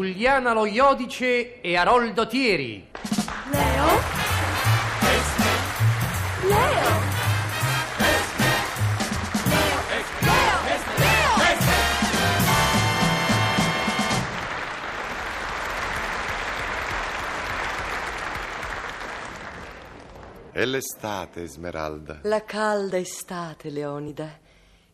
Giuliana Lo Iodice e Aroldo Thieri. Leo? Leo? Leo? Leo? Leo? È l'estate, Esmeralda. La calda estate, Leonida,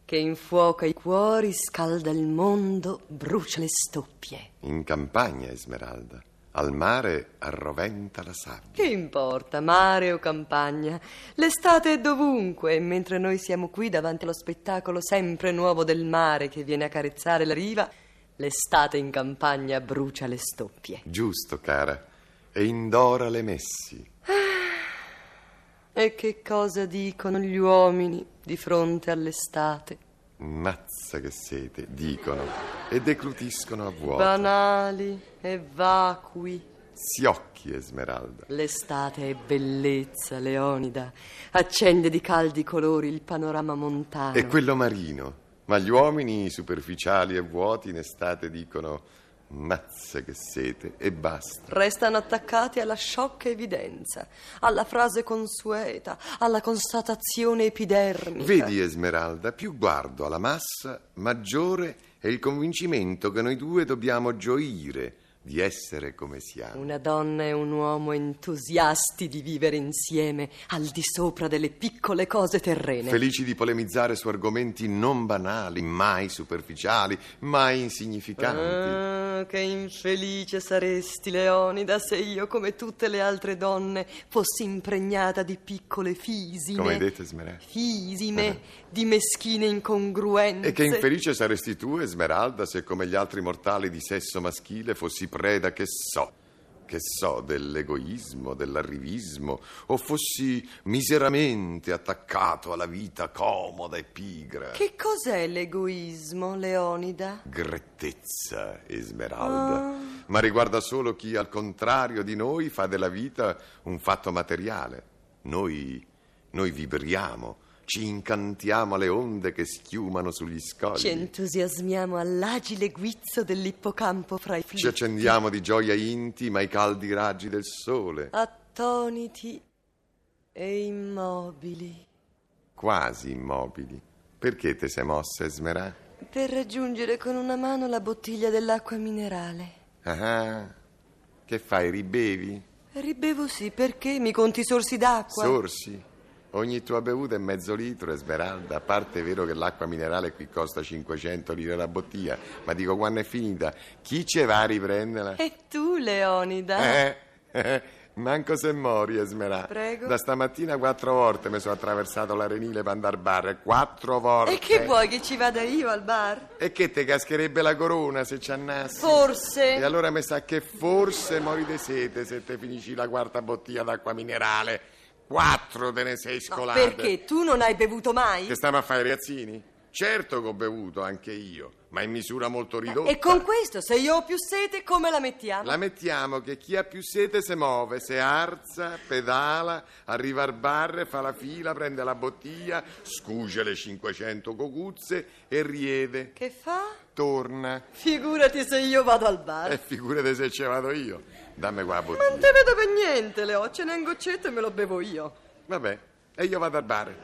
che infuoca i cuori, scalda il mondo, brucia le stoppie. In campagna, Esmeralda. Al mare arroventa la sabbia. Che importa, mare o campagna? L'estate è dovunque e mentre noi siamo qui davanti allo spettacolo sempre nuovo del mare che viene a carezzare la riva, l'estate in campagna brucia le stoppie. Giusto, cara. E indora le messi. E che cosa dicono gli uomini di fronte all'estate? Mazza che sete, dicono. E declutiscono a vuoto. Banali e vacui. Siocchi, Esmeralda. L'estate è bellezza, Leonida. Accende di caldi colori il panorama montano. E quello marino. Ma gli uomini superficiali e vuoti in estate dicono mazza che sete e basta. Restano attaccati alla sciocca evidenza, alla frase consueta, alla constatazione epidermica. Vedi, Esmeralda, più guardo alla massa, maggiore è il convincimento che noi due dobbiamo gioire di essere come siamo. Una donna e un uomo entusiasti di vivere insieme al di sopra delle piccole cose terrene. Felici di polemizzare su argomenti non banali, mai superficiali, mai insignificanti. Ah, che infelice saresti, Leonida, se io, come tutte le altre donne, fossi impregnata di piccole fisime. Come hai detto, Esmeralda? Fisime, di meschine incongruenze. Eh. E che infelice saresti tu, Esmeralda, se come gli altri mortali di sesso maschile fossi preda, che so, che so, dell'egoismo, dell'arrivismo, o fossi miseramente attaccato alla vita comoda e pigra. Che cos'è l'egoismo, Leonida? Grettezza, Esmeralda. Ah. Ma riguarda solo chi, al contrario di noi, fa della vita un fatto materiale. Noi, noi vibriamo, ci incantiamo alle onde che schiumano sugli scogli. Ci entusiasmiamo all'agile guizzo dell'ippocampo fra i Ci flitti. accendiamo di gioia intima ai caldi raggi del sole. Attoniti e immobili. Quasi immobili. Perché te sei mossa, Esmerà? Per raggiungere con una mano la bottiglia dell'acqua minerale. Ah, che fai, ribevi? Ribevo sì, perché mi conti sorsi d'acqua? Sorsi? Ogni tua bevuta è mezzo litro, Esmeralda. A parte è vero che l'acqua minerale qui costa 500 lire la bottiglia, ma dico quando è finita, chi ce va a riprenderla? e tu, Leonida? Eh, eh, manco se mori, Esmeralda. Prego. Da stamattina quattro volte mi sono attraversato l'arenile per andare al bar. Quattro volte. e che vuoi che ci vada io al bar? E che te cascherebbe la corona se ci annassi? Forse. E allora mi sa che forse mori di sete se te finisci la quarta bottiglia d'acqua minerale. Quattro te ne sei No, scolate. perché tu non hai bevuto mai? Che stiamo a fare i ragazzini? Certo che ho bevuto anche io, ma in misura molto ridotta. Eh, E con questo, se io ho più sete, come la mettiamo? La mettiamo che chi ha più sete si muove, si arza, pedala, arriva al bar, fa la fila, prende la bottiglia, scuce le 500 cocuzze e riede, Che fa? torna. Figurati se io vado al bar. E figurati se ce vado io. Dammi qua la Non bottiglia. te vedo per niente, Leo. Ce n'è un goccetto e me lo bevo io. Vabbè, e io vado al bar,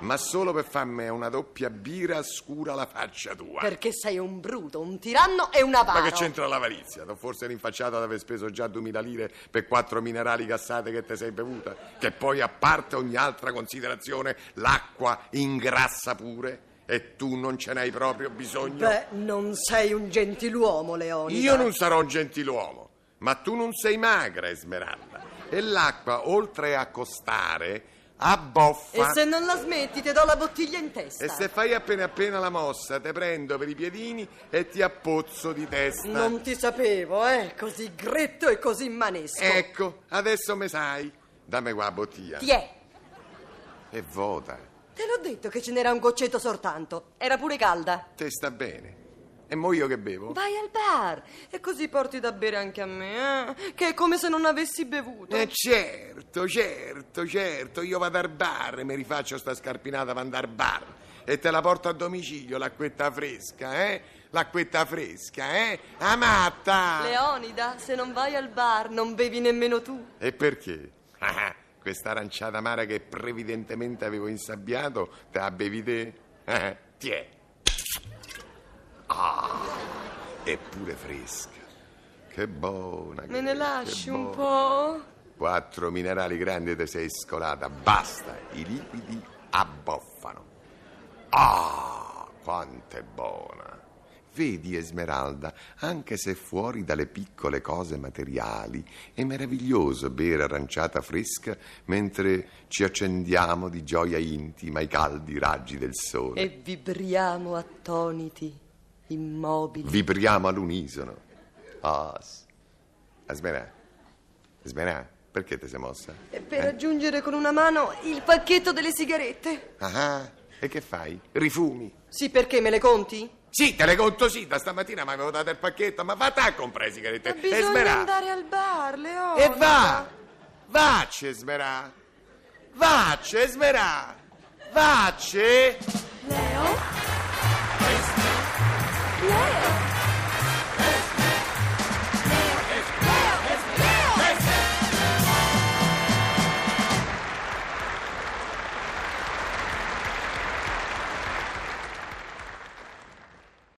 ma solo per farmi una doppia birra scura alla faccia tua. Perché sei un bruto, un tiranno e un avaro. Ma che c'entra l'avarizia? T'ho forse rinfacciato ad aver speso già 2000 lire per quattro minerali gassate che te sei bevuta? Che poi, a parte ogni altra considerazione, l'acqua ingrassa pure? E tu non ce n'hai proprio bisogno? Beh, non sei un gentiluomo, Leonida. Io non sarò un gentiluomo, ma tu non sei magra, Esmeralda. E l'acqua, oltre a costare, E abboffa. se non la smetti, ti do la bottiglia in testa. E se fai appena appena la mossa, te prendo per i piedini e ti appozzo di testa. Non ti sapevo, eh? Così gretto e così manesco. Ecco, adesso me sai. Dammi qua la bottiglia. Ti è. E vota. Te l'ho detto che ce n'era un goccetto soltanto. Era pure calda. Te sta bene. E mo io che bevo? Vai al bar e così porti da bere anche a me, eh? Che è come se non avessi bevuto. Eh certo, certo, certo. Io vado al bar e mi rifaccio sta scarpinata per andare al bar. E te la porto a domicilio, l'acquetta fresca, eh? l'acquetta fresca, eh? Amatta! Leonida, se non vai al bar non bevi nemmeno tu. E perché? Ah, questa aranciata amara che previdentemente avevo insabbiato, te la bevi te? Ah, tiè. Ah, è pure fresca. Che buona. Me che- ne che boh. lasci un buona. po'? Quattro minerali grandi te sei scolata, basta, i liquidi abboffano. Ah, quanto è buona! Vedi Esmeralda, anche se fuori dalle piccole cose materiali, è meraviglioso bere aranciata fresca mentre ci accendiamo di gioia intima ai caldi raggi del sole. E vibriamo attoniti, immobili. Vibriamo all'unisono. Ah, s- Esmerà, Esmerà, perché ti sei mossa? E per Eh. raggiungere con una mano il pacchetto delle sigarette. Ah, ah, e che fai? Rifumi? Sì, perché me le conti? Sì, te le conto sì, da stamattina mi avevo dato il pacchetto, ma va a comprare le sigarette. Ma bisogna Esmerà. andare al bar, Leonida. E va! Vace, Smerà! Vace, Smerà! Vace! Leo,